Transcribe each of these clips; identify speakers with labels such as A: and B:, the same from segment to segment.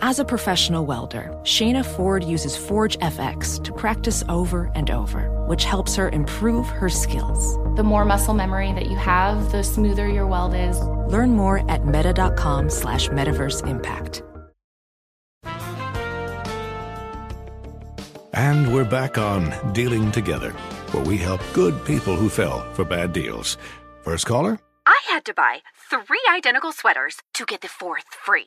A: As a professional welder, Shayna Ford uses Forge FX to practice over and over, which helps her improve her skills.
B: The more muscle memory that you have, the smoother your weld is.
A: Learn more at meta.com slash metaverse impact.
C: And we're back on Dealing Together, where we help good people who fell for bad deals. First caller?
D: I had to buy three identical sweaters to get the fourth free.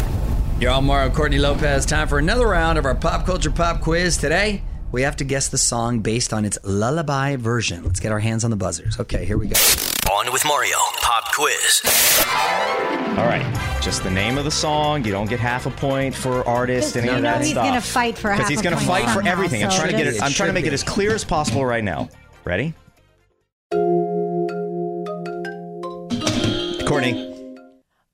E: You're all Mario Courtney Lopez. Time for another round of our pop culture pop quiz. Today, we have to guess the song based on its lullaby version. Let's get our hands on the buzzers. Okay, here we go.
F: On with Mario. Pop quiz.
G: All right, just the name of the song. You don't get half a point for artist, any
H: You
G: of
H: know
G: that
H: he's
G: stuff.
H: gonna fight for half
G: because he's
H: a
G: gonna
H: point
G: fight for
H: somehow,
G: everything. I'm
H: so
G: trying to get
H: it
G: it. I'm trying to
H: should
G: make it
H: be.
G: as clear as possible right now. Ready? Courtney.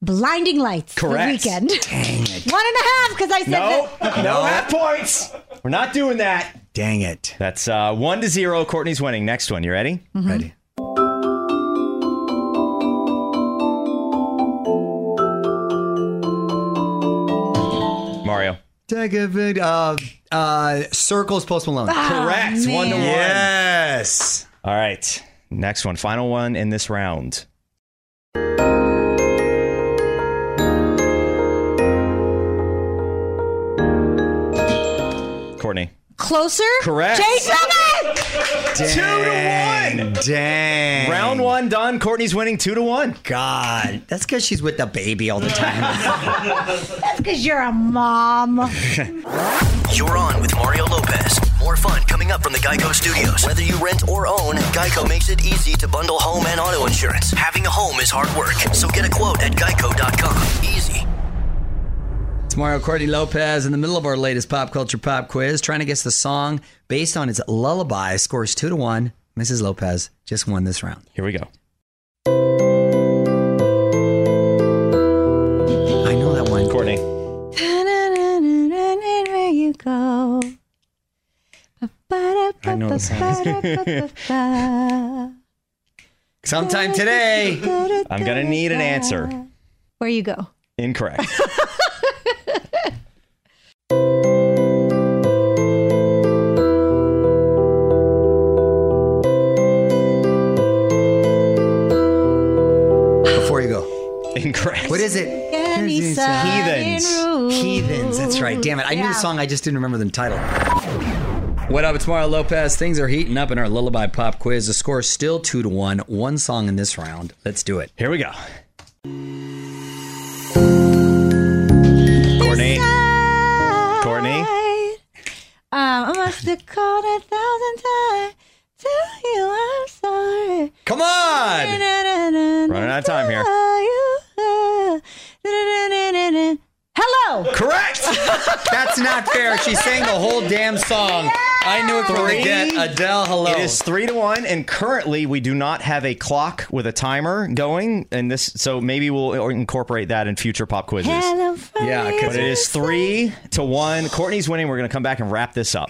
H: Blinding Lights.
G: Correct.
H: The weekend. Dang it. One and a half because I said
G: No,
H: that.
G: no half points. We're not doing that.
E: Dang it.
G: That's uh, one to zero. Courtney's winning. Next one. You ready?
E: Ready.
H: Hmm.
G: Mario.
E: Take a vid- uh, uh, circles Post Malone.
G: Correct. One to one.
E: Yes.
G: Ah, All right. Next one. Final one in this round. Courtney.
H: Closer.
G: Correct.
H: Jay Summit.
G: Two to one.
E: Dang.
G: Round one done. Courtney's winning two to one.
E: God, that's because she's with the baby all the time.
H: That's because you're a mom.
F: You're on with Mario Lopez. More fun coming up from the Geico Studios. Whether you rent or own, Geico makes it easy to bundle home and auto insurance. Having a home is hard work, so get a quote at geico.com. Easy.
E: it's Mario Cordy Lopez in the middle of our latest pop culture pop quiz, trying to guess the song based on its lullaby. Scores two to one. Mrs. Lopez just won this round.
G: Here we go.
E: I know that one.
G: Courtney.
H: Where you go. I
E: know the Sometime today.
G: I'm gonna need an answer.
H: Where you go.
G: Incorrect.
E: Before you go,
G: Incorrect.
E: what is it? Heathens. That's right. Damn it. I knew the song. I just didn't remember the title. What up? It's Mario Lopez. Things are heating up in our lullaby pop quiz. The score is still two to one. One song in this round. Let's do it.
G: Here we go. Courtney. Courtney.
H: Um, I must have called a thousand times. Tell you I'm sorry.
E: Come on.
H: Running
G: out of time here.
E: That's not fair. She sang the whole damn song. I knew it from the get. Adele, hello.
G: It is three to one, and currently we do not have a clock with a timer going, and this so maybe we'll incorporate that in future pop quizzes.
H: Hello,
G: yeah, but it is three to one. Courtney's winning. We're gonna come back and wrap this up.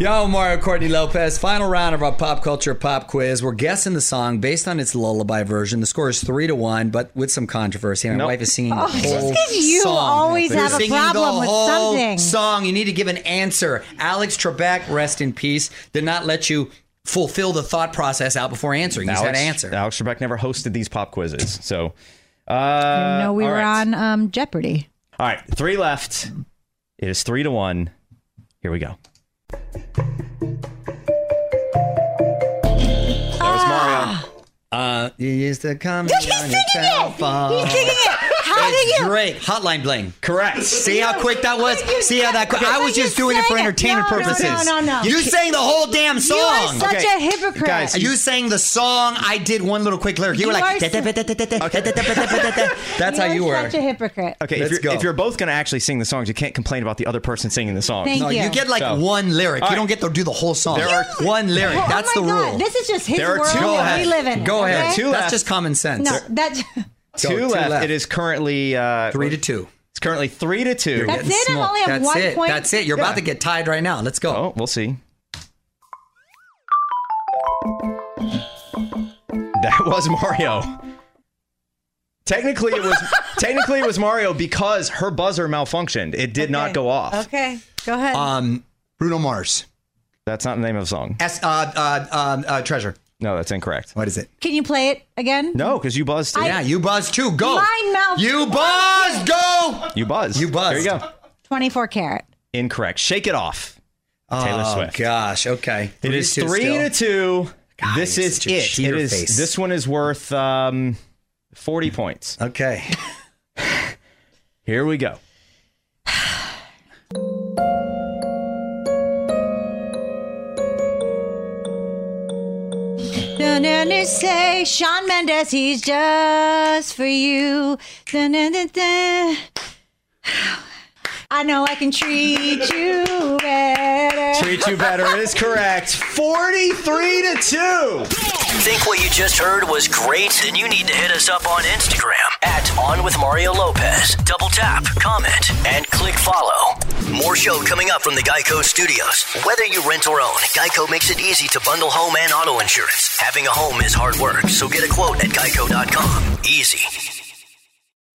E: Yo, Mario Courtney Lopez. Final round of our pop culture pop quiz. We're guessing the song based on its lullaby version. The score is three to one, but with some controversy. My
G: Nope.
E: wife is singing
H: Oh,
E: the
H: just
E: whole
H: 'cause you
E: song.
H: always
E: You're
H: have a
E: singing
H: problem
E: the
H: with
E: whole
H: something.
E: Song. You need to give an answer. Alex Trebek, rest in peace, did not let you fulfill the thought process out before answering. You just had to answer.
G: Alex Trebek never hosted these pop quizzes, so uh,
H: no, we
G: all
H: were
G: right.
H: on um, Jeopardy.
G: All right, three left. It is three to one. Here we go. That was Mario.
E: Uh, you used to come
H: Ah, He's
E: on
H: singing
E: your telephone.
H: it. He's singing it. How did
E: It's
H: you?
E: Drake, Hotline Bling.
G: Correct.
E: See how quick that was? See how that quick? I was just doing it for
H: sang it.
E: entertainment
H: No, no, no,
E: purposes.
H: no, no.
E: You sang the whole damn
H: You
E: song.
H: are such a hypocrite.
E: Guys, you sang the song. I did one little quick lyric. You, were
H: You
E: like,
H: are su-
E: that's how you
H: are
E: were.
H: Such a hypocrite.
G: Okay, if
E: Let's
G: you're,
E: go.
G: if you're both going to actually sing the songs, you can't complain about the other person singing the song.
H: Thank
E: No, you
H: you.
E: get like
G: So-
E: one lyric.
G: All
E: You
G: right.
E: don't get to do the whole song.
G: There are-
E: one lyric.
H: Well,
E: That's
H: oh
E: the
H: my God,
E: rule.
H: This is just his
G: There are
H: world
G: two- Go
H: that
G: ahead.
H: we live in.
E: Go ahead.
H: okay?
G: Two left.
E: That's just common sense.
H: No, that.
E: Go,
G: two, left. It is currently uh,
E: three to two.
G: It's currently three to two.
H: That's
E: Getting
H: it? I only have
E: That's
H: one
E: it.
H: point?
E: That's it. You're about to get tied right now. Let's go.
G: Oh, we'll see. That was Mario. Technically, it was technically it was Mario because her buzzer malfunctioned. It did not
H: Okay.
G: go off.
H: Okay, go ahead.
E: Um, Bruno Mars.
G: That's not the name of the song.
E: S, uh, uh, um, uh, treasure.
G: No, that's incorrect.
E: What is it?
H: Can you play it again?
G: No, because you buzzed. it.
E: yeah, you buzz too. Go.
H: Mine mouth.
E: You buzz. Go.
G: You buzzed.
E: You buzzed.
G: There you go.
H: 24 carat.
G: Incorrect. Shake it off. Taylor
E: oh,
G: Swift.
E: Gosh. Okay.
G: It is
E: two
G: three
E: still.
G: to two.
E: God,
G: this
E: you're
G: is
E: such a
G: it. It
E: cheater
G: is.
E: face.
G: This one is worth um, forty points.
E: Okay.
G: Here we go.
H: Dun, dun, dun, say, Sean Mendes, he's just for you. Dun, dun, dun, dun. I know I can treat you better.
G: Treat you better is correct. Forty-three to two.
F: Think what you just heard was great? Then you need to hit us up on Instagram at On With Mario Lopez. Double tap, comment, and click follow. More show coming up from the Geico Studios. Whether you rent or own, Geico makes it easy to bundle home and auto insurance. Having a home is hard work, so get a quote at geico.com. Easy.